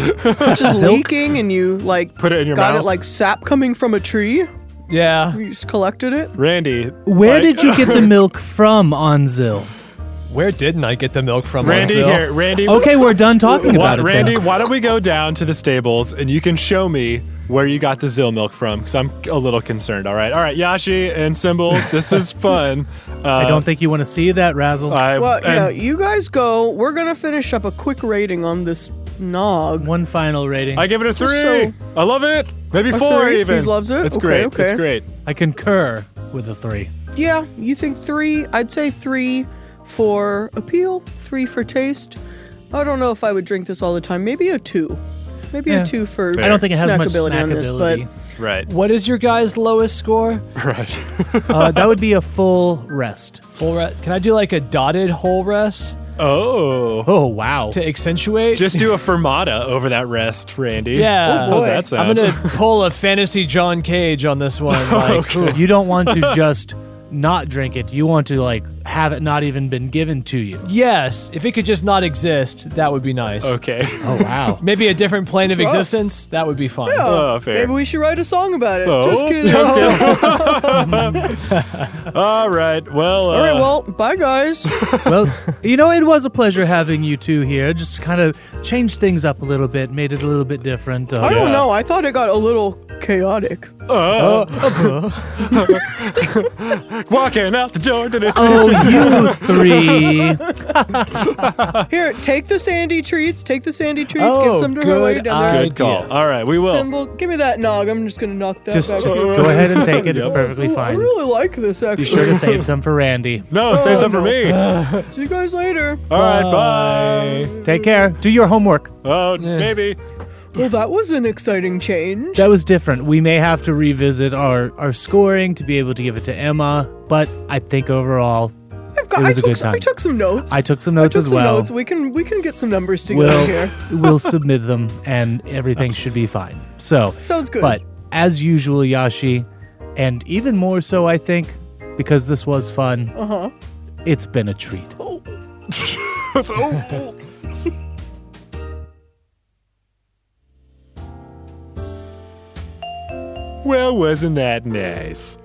Speaker 4: Just leaking, and you like
Speaker 2: Put it in your
Speaker 4: got
Speaker 2: mouth.
Speaker 4: it like sap coming from a tree.
Speaker 8: yeah.
Speaker 4: You just collected it.
Speaker 2: Randy,
Speaker 7: Where
Speaker 2: like-
Speaker 7: did you
Speaker 2: (laughs)
Speaker 7: get the milk from on Zill?
Speaker 8: Where didn't I get the milk from?
Speaker 2: Randy
Speaker 8: Lonzo?
Speaker 2: here. Randy.
Speaker 7: Okay, we're done talking
Speaker 2: Why-
Speaker 7: about it. then.
Speaker 2: Randy, why don't we go down to the stables and you can show me where you got the Zill milk from? Because I'm a little concerned. All right, all right, Yashi and Symbol, this
Speaker 7: (laughs)
Speaker 2: is fun. Uh,
Speaker 7: I don't think you want to see that, Razzle.
Speaker 2: I,
Speaker 4: Well,
Speaker 2: and-
Speaker 4: yeah, you guys go. We're gonna finish up a quick rating on this nog.
Speaker 7: One final rating.
Speaker 2: I give it a three.
Speaker 4: so-
Speaker 2: I love it. Maybe four
Speaker 4: three?
Speaker 2: even.
Speaker 4: He loves it?
Speaker 2: It's
Speaker 4: Okay,
Speaker 2: great.
Speaker 4: okay.
Speaker 2: It's great.
Speaker 7: I concur with a three.
Speaker 4: Yeah, you think three? I'd say three for appeal, three for taste. I don't know if I would drink this all the time. Maybe a two. Maybe
Speaker 7: Yeah.
Speaker 4: a two for.
Speaker 7: I don't think it has much
Speaker 4: snackability on this, but-
Speaker 7: snackability.
Speaker 2: Right.
Speaker 8: What is your guys' lowest score?
Speaker 2: Right.
Speaker 7: uh, that would be a full rest.
Speaker 8: Full rest. Can I do like a dotted whole rest
Speaker 2: Oh.
Speaker 7: Oh wow!
Speaker 8: to accentuate?
Speaker 2: Just do a fermata over that rest, Randy.
Speaker 8: Yeah.
Speaker 2: How's that sound?
Speaker 8: I'm gonna pull a fantasy John Cage on
Speaker 2: (laughs)
Speaker 8: this one.
Speaker 2: Oh,
Speaker 8: Like, ooh,
Speaker 7: you don't want to (laughs) just not drink it. You want to like have it not even been given to you.
Speaker 8: yes, if it could just not exist, that would be nice.
Speaker 2: Okay.
Speaker 7: Oh wow!
Speaker 8: (laughs) Maybe a different plane of existence. That would be fun.
Speaker 2: Oh, fair.
Speaker 4: Maybe we should write a song about it.
Speaker 2: Oh,
Speaker 4: Just kidding.
Speaker 2: just kidding. all right. Well. Uh,
Speaker 4: All right, well,
Speaker 2: (laughs)
Speaker 4: bye guys.
Speaker 7: well, you know, it was a pleasure having you two here. Just kind of changed things up a little bit, made it a little bit different. Uh,
Speaker 4: I
Speaker 2: Yeah.
Speaker 4: don't know. I thought it got a little chaotic.
Speaker 2: walking out the
Speaker 7: (laughs)
Speaker 2: door.
Speaker 7: Oh, you three.
Speaker 4: Here, take the sandy treats. Take the sandy treats.
Speaker 7: Oh,
Speaker 4: give some to her while you're down there.
Speaker 2: (laughs) Good call. All right, we will.
Speaker 4: Symbol, give me that nog. I'm just gonna knock that
Speaker 7: Just,
Speaker 4: back.
Speaker 7: just
Speaker 4: over.
Speaker 7: go ahead and take it. It's
Speaker 2: Yep.
Speaker 7: perfectly
Speaker 4: Ooh, I
Speaker 7: fine.
Speaker 4: really like this actually.
Speaker 7: Be sure to save some for Randy.
Speaker 2: No, save some for me. All
Speaker 4: See you guys later.
Speaker 2: right, bye.
Speaker 7: Take care. Do your homework.
Speaker 2: Oh, maybe.
Speaker 4: Well, that was an exciting change.
Speaker 7: That was different. We may have to revisit our, our scoring to be able to give it to Emma, but I think overall,
Speaker 4: I've got,
Speaker 7: it was
Speaker 4: I,
Speaker 7: a
Speaker 4: took
Speaker 7: good
Speaker 4: some, I
Speaker 7: time.
Speaker 4: took some notes.
Speaker 7: I took some notes
Speaker 4: took
Speaker 7: as
Speaker 4: some
Speaker 7: well.
Speaker 4: notes. We can we can get some numbers together
Speaker 7: We'll,
Speaker 4: here.
Speaker 7: (laughs) we'll submit them, and everything should be fine. So,
Speaker 4: Sounds good.
Speaker 7: But as usual, Yashi, and even more so, I think, because this was fun, uh-huh. it's been a treat.
Speaker 2: Well, wasn't that nice?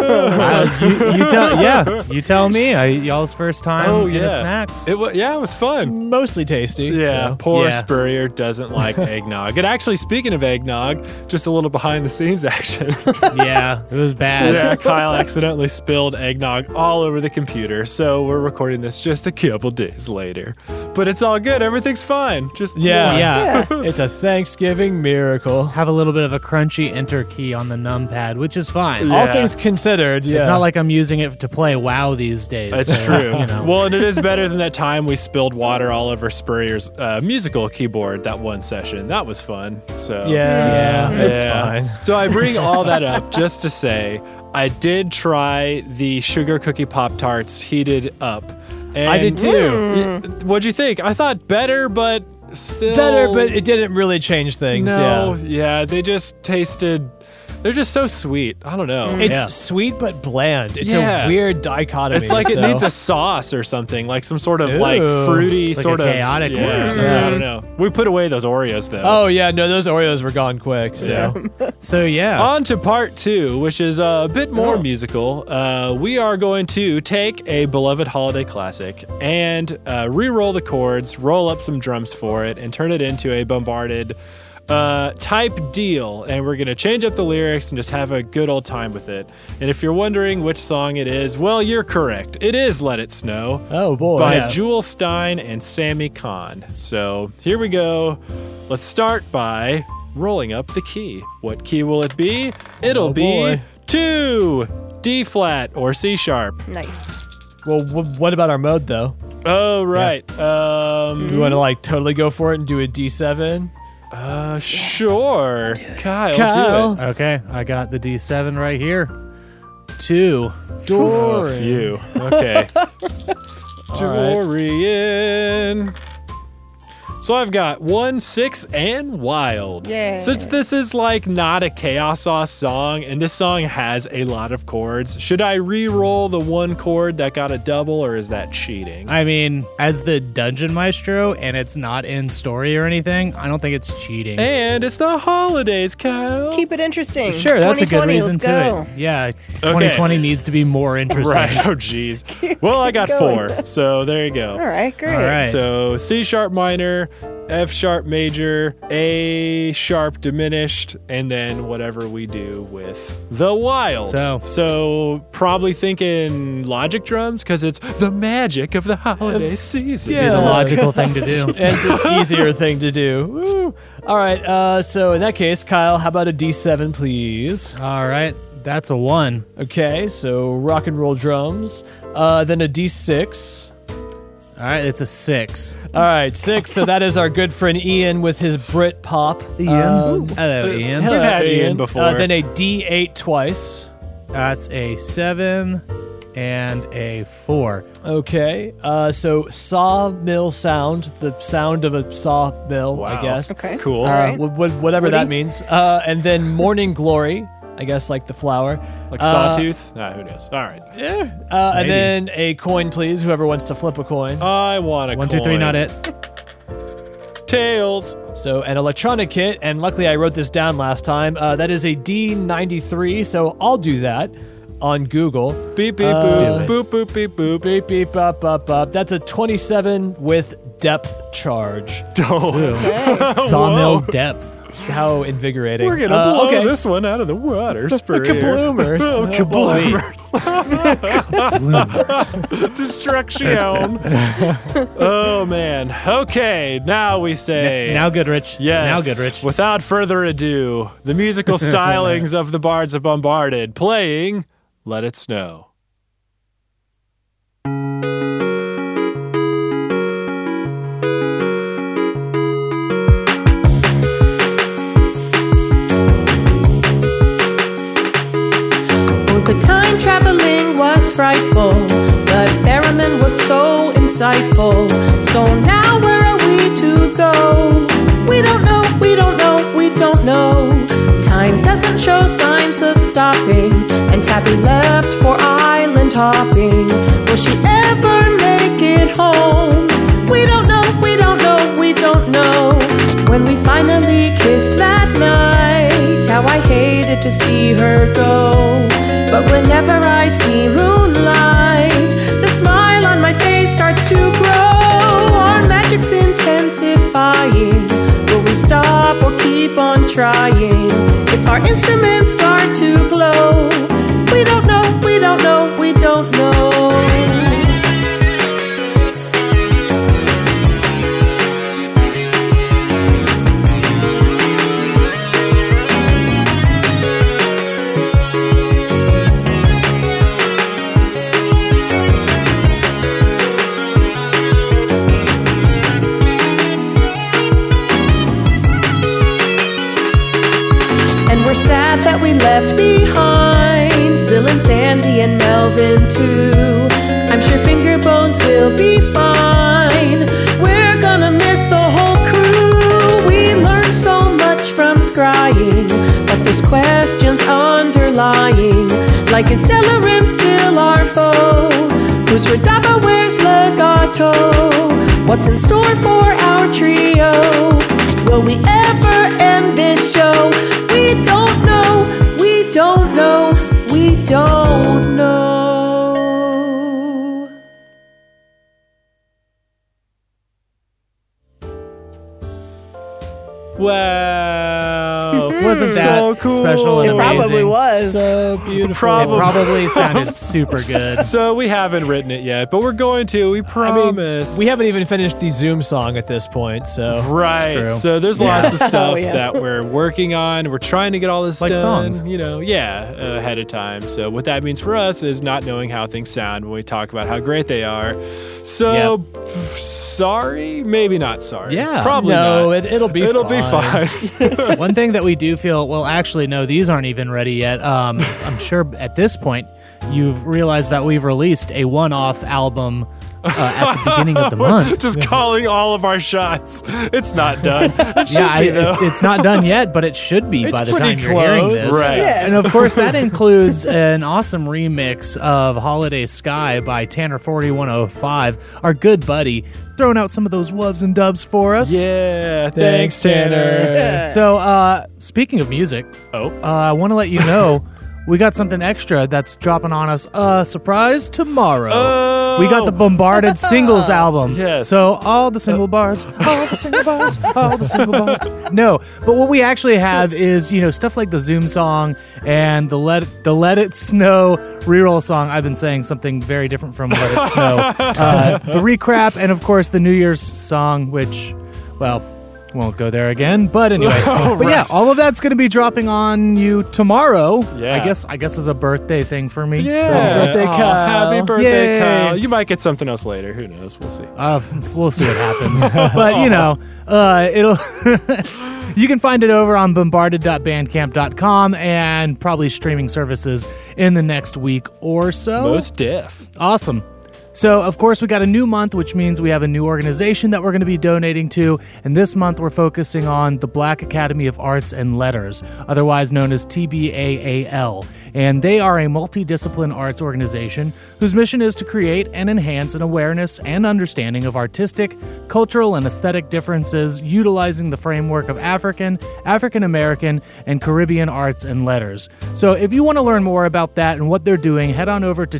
Speaker 7: Uh, you, you tell, yeah, you tell me. I, y'all's first time
Speaker 2: Oh,
Speaker 7: in a
Speaker 2: yeah.
Speaker 7: snacks.
Speaker 2: It wa yeah, it was fun.
Speaker 8: Mostly tasty.
Speaker 2: Yeah, (laughs)
Speaker 8: so.
Speaker 2: poor
Speaker 7: Yeah.
Speaker 2: Spurrier doesn't like eggnog. And actually, speaking of eggnog, just a little behind the scenes (laughs) action.
Speaker 7: (laughs) yeah, it was bad.
Speaker 2: yeah, Kyle accidentally spilled eggnog all over the computer, so we're recording this just a couple days later. But it's all good. Everything's fine. Just
Speaker 8: Yeah.
Speaker 7: Yeah.
Speaker 8: It's a Thanksgiving miracle.
Speaker 7: Have a little bit of a crunchy enter key on the numpad, which is fine.
Speaker 2: Yeah.
Speaker 8: All things considered, yeah.
Speaker 7: It's not like I'm using it to play WoW these days.
Speaker 2: That's
Speaker 7: so,
Speaker 8: (laughs)
Speaker 2: true.
Speaker 7: You know.
Speaker 2: Well, and it is better than that time we spilled water all over Spurrier's uh, musical keyboard that one session. That was fun. So
Speaker 8: yeah, it's
Speaker 2: Oh, Yeah.
Speaker 8: fine.
Speaker 2: So I bring all that up just to say I did try the sugar cookie pop tarts heated up. And
Speaker 8: I did too.
Speaker 2: Y- What'd you think? I thought better, but still
Speaker 8: Better, but it didn't really change things.
Speaker 2: no,
Speaker 8: yeah.
Speaker 2: yeah, they just tasted. They're just so sweet. I don't know.
Speaker 8: It's
Speaker 7: Yeah.
Speaker 8: sweet but bland. It's
Speaker 2: Yeah.
Speaker 8: a weird dichotomy.
Speaker 2: It's like it
Speaker 8: so-
Speaker 2: needs a sauce or something, like some sort of like
Speaker 8: Ooh.
Speaker 2: fruity
Speaker 7: Like
Speaker 2: sort
Speaker 7: a
Speaker 2: of
Speaker 7: chaotic one or
Speaker 2: Yeah,
Speaker 7: something.
Speaker 2: I don't know. We put away those Oreos though.
Speaker 8: Oh yeah, no, those Oreos were gone quick. So
Speaker 2: Yeah.
Speaker 7: So yeah.
Speaker 2: On to part two, which is a bit more musical. Uh, we are going to take a beloved holiday classic and uh, re-roll the chords, roll up some drums for it, and turn it into a bombarded uh, type deal, and we're going to change up the lyrics and just have a good old time with it. And if you're wondering which song it is, well, you're correct. It is Let It Snow
Speaker 8: Oh boy.
Speaker 2: by
Speaker 8: Yeah.
Speaker 2: Jewel Stein and Sammy Kahn. So here we go. Let's start by rolling up the key. What key will it be? It'll
Speaker 8: Oh,
Speaker 2: be
Speaker 8: boy.
Speaker 2: two D flat or C sharp.
Speaker 4: Nice.
Speaker 8: Well, wh- what about our mode though?
Speaker 2: Oh right. Um,
Speaker 8: Do you want to like totally go for it and do a D7?
Speaker 2: uh, sure. Kyle, do
Speaker 8: Uh,
Speaker 7: Okay, I got the D7 right here. Two.
Speaker 2: it. Oh, phew. (laughs) Okay. Dorian. So I've got one, six, and wild.
Speaker 4: Yeah.
Speaker 2: Since this is like not a chaos sauce song, and this song has a lot of chords, should I re-roll the one chord that got a double, or is that cheating?
Speaker 7: I mean, as the dungeon maestro, and it's not in story or anything, I don't think it's cheating.
Speaker 2: and it's the holidays, Kyle.
Speaker 4: Keep it interesting.
Speaker 7: Sure, that's a good
Speaker 4: 2020,
Speaker 7: reason
Speaker 4: let's
Speaker 7: to
Speaker 4: go.
Speaker 7: it. Yeah, 2020 needs to be more interesting.
Speaker 2: right. (laughs) Oh, jeez. Well, I got
Speaker 4: going.
Speaker 2: four, so there you go.
Speaker 4: All right, great.
Speaker 7: All right.
Speaker 2: So C sharp minor, F sharp major, A sharp diminished, and then whatever we do with the wild.
Speaker 7: So-
Speaker 2: So probably thinking logic drums because it's the magic of the holiday
Speaker 7: (laughs)
Speaker 2: season.
Speaker 7: Be the
Speaker 8: Yeah.
Speaker 7: logical thing to
Speaker 2: (laughs)
Speaker 7: do.
Speaker 8: and the easier thing to do. Woo. All right. Uh, so in that case, Kyle, how about a D7, please?
Speaker 7: All right, that's a one.
Speaker 8: Okay. So rock and roll drums. Uh, then a D6.
Speaker 7: All right, it's a six.
Speaker 8: All right, six. So that is our good friend Ian with his Brit pop. Ian.
Speaker 2: Uh,
Speaker 7: Hello, Ian.
Speaker 2: We've had Ian before.
Speaker 8: Uh, then a D8 twice.
Speaker 7: That's a seven and a four.
Speaker 8: Okay. Uh, so sawmill sound, the sound of a sawmill, I guess.
Speaker 4: Okay.
Speaker 2: Cool.
Speaker 8: Uh,
Speaker 4: right.
Speaker 8: wh- wh- whatever that means. Uh, and then morning glory, I guess, like the flower.
Speaker 2: Like
Speaker 8: Uh,
Speaker 2: sawtooth? Ah, who knows? All right.
Speaker 8: Yeah. Uh, and
Speaker 7: Maybe.
Speaker 8: then a coin, please. Whoever wants to flip a coin.
Speaker 2: I want a
Speaker 7: One, two, three,
Speaker 2: coin.
Speaker 7: not it.
Speaker 2: (laughs) Tails.
Speaker 8: So an electronic kit, and luckily I wrote this down last time. Uh, that is a D93, so I'll do that on Google.
Speaker 2: Beep beep
Speaker 8: Uh,
Speaker 2: boop. Boop boop beep
Speaker 7: (laughs)
Speaker 2: boop.
Speaker 8: Beep beep up up up. That's a 27 with depth
Speaker 2: (laughs)
Speaker 8: charge.
Speaker 7: Sawmill depth.
Speaker 8: How invigorating!
Speaker 2: We're gonna
Speaker 8: Uh,
Speaker 2: blow
Speaker 8: okay.
Speaker 2: this one out of
Speaker 7: (laughs)
Speaker 2: the water. Spurrier.
Speaker 8: Kabloomers.
Speaker 2: (laughs) Oh,
Speaker 8: Oh, boy.
Speaker 2: kabloomers. (laughs) Destruction. oh man. Okay. Now we say.
Speaker 7: Now Goodrich.
Speaker 2: Yes.
Speaker 7: Now Goodrich.
Speaker 2: Without further ado,
Speaker 7: (laughs)
Speaker 2: the musical stylings of the Bards of Bombarded playing "Let It Snow."
Speaker 5: Oh, the time traveling was frightful, but Theremin was so insightful. So now where are we to go? We don't know, we don't know, we don't know. Time doesn't show signs of stopping, and Tappy left for island hopping. Will she ever make it home? We don't know, we don't know, we don't know. When we finally kissed that night, how I hated to see her go. But whenever I see moonlight, the smile on my face starts to grow. Our magic's intensifying. Will we stop or keep on trying? If our instruments start to glow, we don't know, we don't know, we don't know. And we're sad that we left behind Zill and Sandy and Melvin too. I'm sure finger bones will be fine. We're gonna miss the whole crew. We learned so much from scrying, but there's questions underlying. Like is Delarim still our foe? Who's Radaba? Where's Legato? What's in store for our trio? Will we ever end this show? We don't know. We don't know. We don't know.
Speaker 2: Wow.
Speaker 7: (laughs) Wasn't
Speaker 8: Hmm.
Speaker 7: that
Speaker 2: so cool.
Speaker 7: special and
Speaker 4: It probably
Speaker 7: amazing?
Speaker 4: was.
Speaker 8: So beautiful.
Speaker 7: It
Speaker 2: Probably.
Speaker 7: probably sounded super good.
Speaker 2: So we haven't written it yet, but we're going to. We promise.
Speaker 8: We haven't even finished the Zoom song at this point, so
Speaker 2: Right.
Speaker 7: true.
Speaker 2: So there's lots of stuff
Speaker 4: yeah.
Speaker 2: that we're working on. We're trying to get all this
Speaker 7: Like
Speaker 2: done,
Speaker 7: songs.
Speaker 2: you know, yeah, uh, ahead of time. So what that means for us is not knowing how things sound when we talk about how great they are. So pff, sorry, maybe not sorry.
Speaker 7: Yeah.
Speaker 2: Probably
Speaker 8: no,
Speaker 2: not.
Speaker 8: it, it'll be
Speaker 2: It'll
Speaker 8: fine.
Speaker 2: be fine. (laughs)
Speaker 7: One thing that we do feel well, actually, no, these aren't even ready yet.
Speaker 2: (laughs)
Speaker 7: Um, I'm sure at this point you've realized that we've released a one off album uh, at the beginning
Speaker 2: (laughs)
Speaker 7: of the month.
Speaker 2: Just calling all of our shots. It's not done. It should
Speaker 7: yeah, I,
Speaker 2: be, though.
Speaker 7: it- it's not done yet, but it should be by the time
Speaker 8: pretty
Speaker 7: you're hearing
Speaker 8: close.
Speaker 7: this.
Speaker 2: Right.
Speaker 4: Yes.
Speaker 7: And of course, that includes an awesome remix of Holiday Sky by Tanner4105, our good buddy, throwing out some of those wubs and dubs for us.
Speaker 2: Yeah. Thanks,
Speaker 8: Thanks,
Speaker 2: Tanner.
Speaker 7: So, uh, speaking of music,
Speaker 2: Oh.
Speaker 7: uh, I want to let you know we got something extra that's dropping on us. Uh, surprise tomorrow.
Speaker 2: Oh.
Speaker 7: We got the Bombarded
Speaker 2: (laughs)
Speaker 7: Singles album.
Speaker 2: Yes.
Speaker 7: So all the single bars, all the single bars, all the single bars. No, but what we actually have is you know stuff like the Zoom song and the let the Let It Snow reroll song. I've been saying something very different from Let It
Speaker 2: (laughs)
Speaker 7: Snow. uh, the recrap and of course the New Year's song, which, well. Won't go there again, but
Speaker 2: (laughs)
Speaker 7: anyway. But yeah, all of that's going to be dropping on you tomorrow.
Speaker 2: Yeah.
Speaker 7: I guess. I guess is a birthday thing for me.
Speaker 2: Yeah.
Speaker 8: birthday,
Speaker 2: Aw,
Speaker 8: Kyle.
Speaker 2: Happy birthday,
Speaker 7: Yay.
Speaker 2: Kyle. You might get something else later. Who knows? We'll see.
Speaker 7: Uh, we'll see what happens. but you know, uh, it'll. (laughs) you can find it over on bombarded.bandcamp.com and probably streaming services in the next week or so.
Speaker 2: Most diff.
Speaker 7: Awesome. So, of course, we got a new month, which means we have a new organization that we're going to be donating to. And this month, we're focusing on the Black Academy of Arts and Letters, otherwise known as TBAAL. And they are a multidiscipline arts organization whose mission is to create and enhance an awareness and understanding of artistic, cultural, and aesthetic differences utilizing the framework of African, African American, and Caribbean arts and letters. So, if you want to learn more about that and what they're doing, head on over to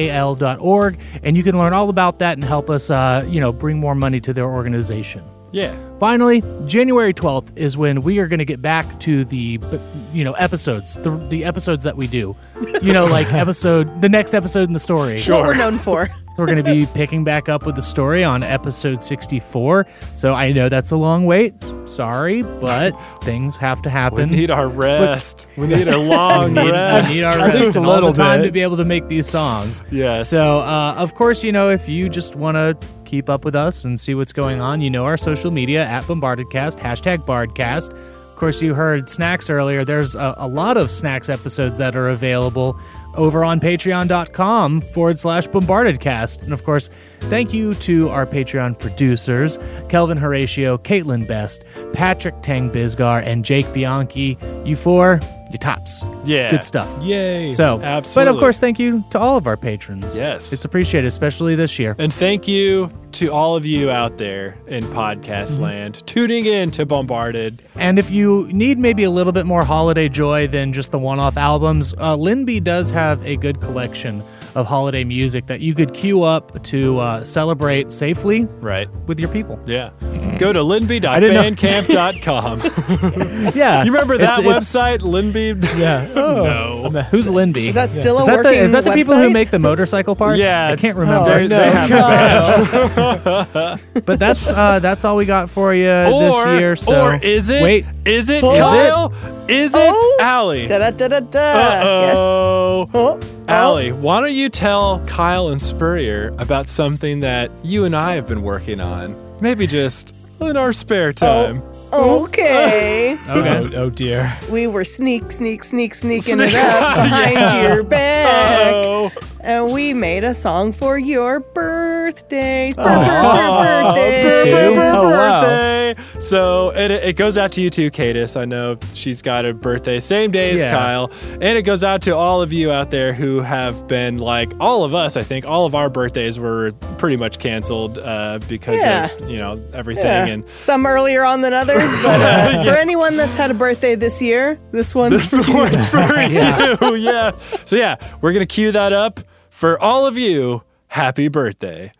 Speaker 7: tbaal.org and you can learn all about that and help us, uh, you know, bring more money to their organization.
Speaker 2: Yeah.
Speaker 7: Finally, January 12th is when we are going to get back to the, b- you know, episodes, the, the episodes that we do. You know, like episode, the next episode in the story.
Speaker 4: What we're known for.
Speaker 7: We're going to be picking back up with the story on episode 64. So I know that's a long wait. Sorry, but things have to
Speaker 2: We
Speaker 7: happen.
Speaker 2: need our rest. (laughs) We need a long
Speaker 7: We need-
Speaker 2: rest.
Speaker 7: we need our rest
Speaker 8: At least a
Speaker 7: and all the
Speaker 8: little
Speaker 7: time
Speaker 8: bit.
Speaker 7: to be able to make these songs.
Speaker 2: Yes.
Speaker 7: So, uh, of course, you know, if you just want to keep up with us and see what's going on, you know our social media at BombardedCast, hashtag BardCast. Of course, you heard Snacks earlier. There's a, a lot of Snacks episodes that are available over on patreon.com forward slash BombardedCast. And of course, thank you to our Patreon producers, Kelvin Horatio, Caitlin Best, Patrick Tang Bisgar, and Jake Bianchi. You four, you tops.
Speaker 2: yeah.
Speaker 7: Good stuff.
Speaker 2: Yay.
Speaker 7: So, but
Speaker 2: absolutely.
Speaker 7: of course, thank you to all of our patrons.
Speaker 2: Yes.
Speaker 7: It's appreciated, especially this year.
Speaker 2: and thank you to all of you out there in podcast land tuning in to Bombarded.
Speaker 7: And if you need maybe a little bit more holiday joy than just the one off albums, uh, Linby does have a good collection of holiday music that you could queue up to uh, celebrate safely
Speaker 2: Right.
Speaker 7: with your
Speaker 2: (laughs)
Speaker 7: people.
Speaker 2: Yeah. Go to
Speaker 7: know.
Speaker 2: linby.bandcamp.com.
Speaker 7: Yeah.
Speaker 2: you remember that
Speaker 7: It's-
Speaker 2: website, Linby? Yeah. Oh. (laughs) No.
Speaker 7: it's- who's Linby?
Speaker 4: Is that still
Speaker 7: Is
Speaker 4: a
Speaker 7: that the,
Speaker 4: working
Speaker 7: is that the people who
Speaker 4: website?
Speaker 7: make the motorcycle
Speaker 2: (laughs)
Speaker 7: parts?
Speaker 2: Yeah,
Speaker 7: I
Speaker 2: it's-
Speaker 7: can't remember.
Speaker 2: Oh, They- they have
Speaker 7: (laughs) but that's uh, that's all we got for you
Speaker 2: Or,
Speaker 7: this year. So
Speaker 2: or is it?
Speaker 7: Wait,
Speaker 2: Is it
Speaker 7: it?
Speaker 2: Kyle? Is it
Speaker 4: Oh.
Speaker 2: Allie?
Speaker 4: Da da da da da. Yes.
Speaker 2: Uh-oh.
Speaker 4: Oh,
Speaker 2: Allie, why don't you tell Kyle and Spurrier about something that you and I have been working on? Maybe just in our spare time.
Speaker 7: (laughs)
Speaker 4: oh, okay.
Speaker 8: Oh, oh dear.
Speaker 4: we were sneak, sneak, sneak, sneaking it
Speaker 7: (laughs)
Speaker 4: up behind your back.
Speaker 2: Oh,
Speaker 4: And we made a song for your birthdays.
Speaker 2: Oh,
Speaker 4: Birthdays.
Speaker 2: birthday,
Speaker 8: Oh, wow.
Speaker 2: birthday. So it, it goes out to you too, Cadis. I know she's got a birthday same day as
Speaker 7: Yeah.
Speaker 2: Kyle, and it goes out to all of you out there who have been like all of us. I think all of our birthdays were pretty much canceled uh, because
Speaker 4: Yeah.
Speaker 2: of you know everything
Speaker 4: Yeah.
Speaker 2: and
Speaker 4: Some earlier on than
Speaker 2: (laughs)
Speaker 4: others, but uh, for anyone that's had a birthday this year, this one's
Speaker 2: This one's for you. (laughs) Yeah. So yeah, we're gonna cue that up for all of you. Happy birthday.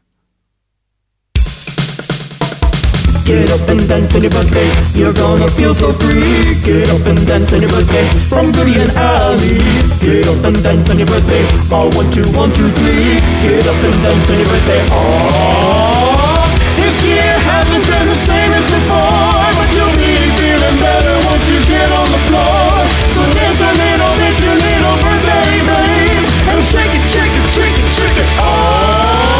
Speaker 5: Get up and dance on your birthday. You're gonna feel so free. Get up and dance on your birthday. From Goody and Alley. Get up and dance on your birthday. Oh, one, two, one, two, three. Get up and dance on your birthday. Oh, this year hasn't been the same as before, but you'll be feeling better once you get on the floor. So dance a little bit, your little birthday babe, and shake it, shake it, shake it, shake it. Oh.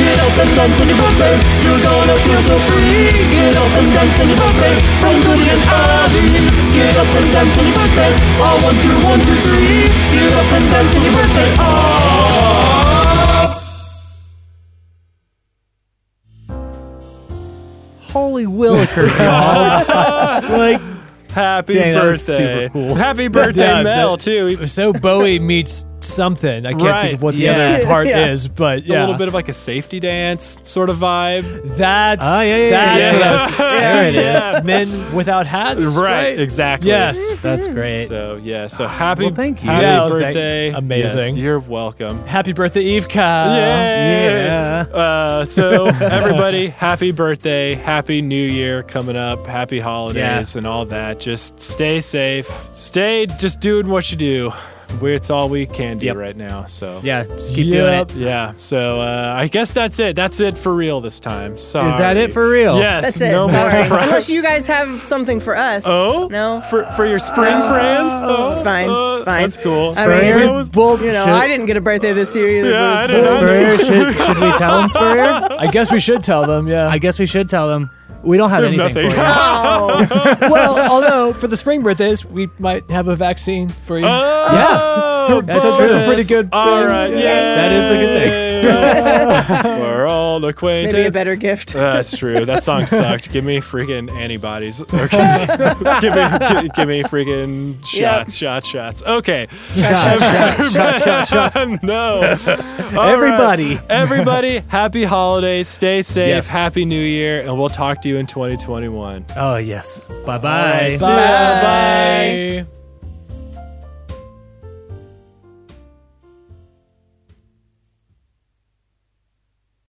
Speaker 5: Get up and dance on your birthday. You're gonna feel so free. Get up and dance on your birthday. From Goody and Ivy. Get up and dance on your birthday. Oh, one, two, one, two, three. Get up and dance on your birthday. Oh.
Speaker 9: Holy willikers, y'all. like,
Speaker 2: Happy
Speaker 7: Dang, that was
Speaker 2: birthday.
Speaker 7: super cool.
Speaker 2: Happy birthday,
Speaker 8: Yeah,
Speaker 2: Mel,
Speaker 8: that-
Speaker 2: too.
Speaker 8: So Bowie meets something. I can't
Speaker 2: Right,
Speaker 8: think of what the
Speaker 2: yeah.
Speaker 8: other part
Speaker 4: Yeah.
Speaker 8: is, but
Speaker 2: A
Speaker 8: yeah,
Speaker 2: little bit of like a safety dance sort of Ah, vibe.
Speaker 8: That's
Speaker 7: Oh, yeah, yeah,
Speaker 8: that's
Speaker 7: yeah.
Speaker 8: what I
Speaker 2: (laughs)
Speaker 8: was.
Speaker 2: There it
Speaker 8: Yes, men without hats.
Speaker 2: Right, exactly.
Speaker 8: Yes.
Speaker 7: That's great.
Speaker 2: So yeah, so happy
Speaker 7: well, thank you.
Speaker 2: happy
Speaker 8: Yeah, thank-
Speaker 2: birthday.
Speaker 8: amazing.
Speaker 2: Yes, you're welcome.
Speaker 8: Happy birthday, Eve
Speaker 2: Yeah.
Speaker 7: yeah. (laughs)
Speaker 2: Uh, so everybody, happy birthday, happy new year coming up, happy holidays and all that. Just stay safe. Stay just doing what you do. We It's all we can do
Speaker 7: Yep.
Speaker 2: right now. So
Speaker 7: Yeah, just keep doing
Speaker 8: Yep.
Speaker 7: it.
Speaker 2: Yeah, so uh, I guess that's it. That's it for real this time. Sorry.
Speaker 7: Is that it for real?
Speaker 2: Yes.
Speaker 4: That's it.
Speaker 2: No more
Speaker 4: Sorry.
Speaker 2: surprise.
Speaker 4: Unless you guys have something for us.
Speaker 2: Oh
Speaker 4: no.
Speaker 2: for for your spring friends. Oh,
Speaker 4: It's fine.
Speaker 2: uh,
Speaker 4: It's fine.
Speaker 2: That's cool.
Speaker 4: I mean,
Speaker 2: That was-
Speaker 8: Well,
Speaker 4: you know, I didn't get a birthday this year either.
Speaker 2: Yeah,
Speaker 4: but
Speaker 2: I
Speaker 4: it's-
Speaker 2: didn't either.
Speaker 7: Spurrier, should, should we tell him,
Speaker 2: (laughs)
Speaker 7: Spurrier?
Speaker 8: I guess we should tell them. Yeah.
Speaker 7: I guess we should tell them. We don't have anything
Speaker 2: Nothing.
Speaker 7: for you.
Speaker 4: (laughs) Oh.
Speaker 8: well, although for the spring birthdays, we might have a vaccine for you.
Speaker 2: Oh,
Speaker 7: That's
Speaker 2: bonus.
Speaker 7: true.
Speaker 8: That's a pretty good
Speaker 2: All
Speaker 8: thing.
Speaker 2: right, yeah,
Speaker 7: That is a
Speaker 2: good thing. (laughs) We're all acquainted.
Speaker 4: Maybe a better gift.
Speaker 2: That's true. That song sucked. Give me freaking antibodies. (laughs) Okay. give me, gi- give, me freaking shots,
Speaker 4: Yep.
Speaker 2: shots, shots. Okay. (laughs)
Speaker 7: Shots, shots, shots.
Speaker 2: no. All right.
Speaker 7: Everybody.
Speaker 2: Everybody, happy holidays. Stay safe.
Speaker 7: Yes.
Speaker 2: Happy New Year, and we'll talk to you in 2021.
Speaker 7: Oh, yes. Bye-bye.
Speaker 2: Bye. Bye.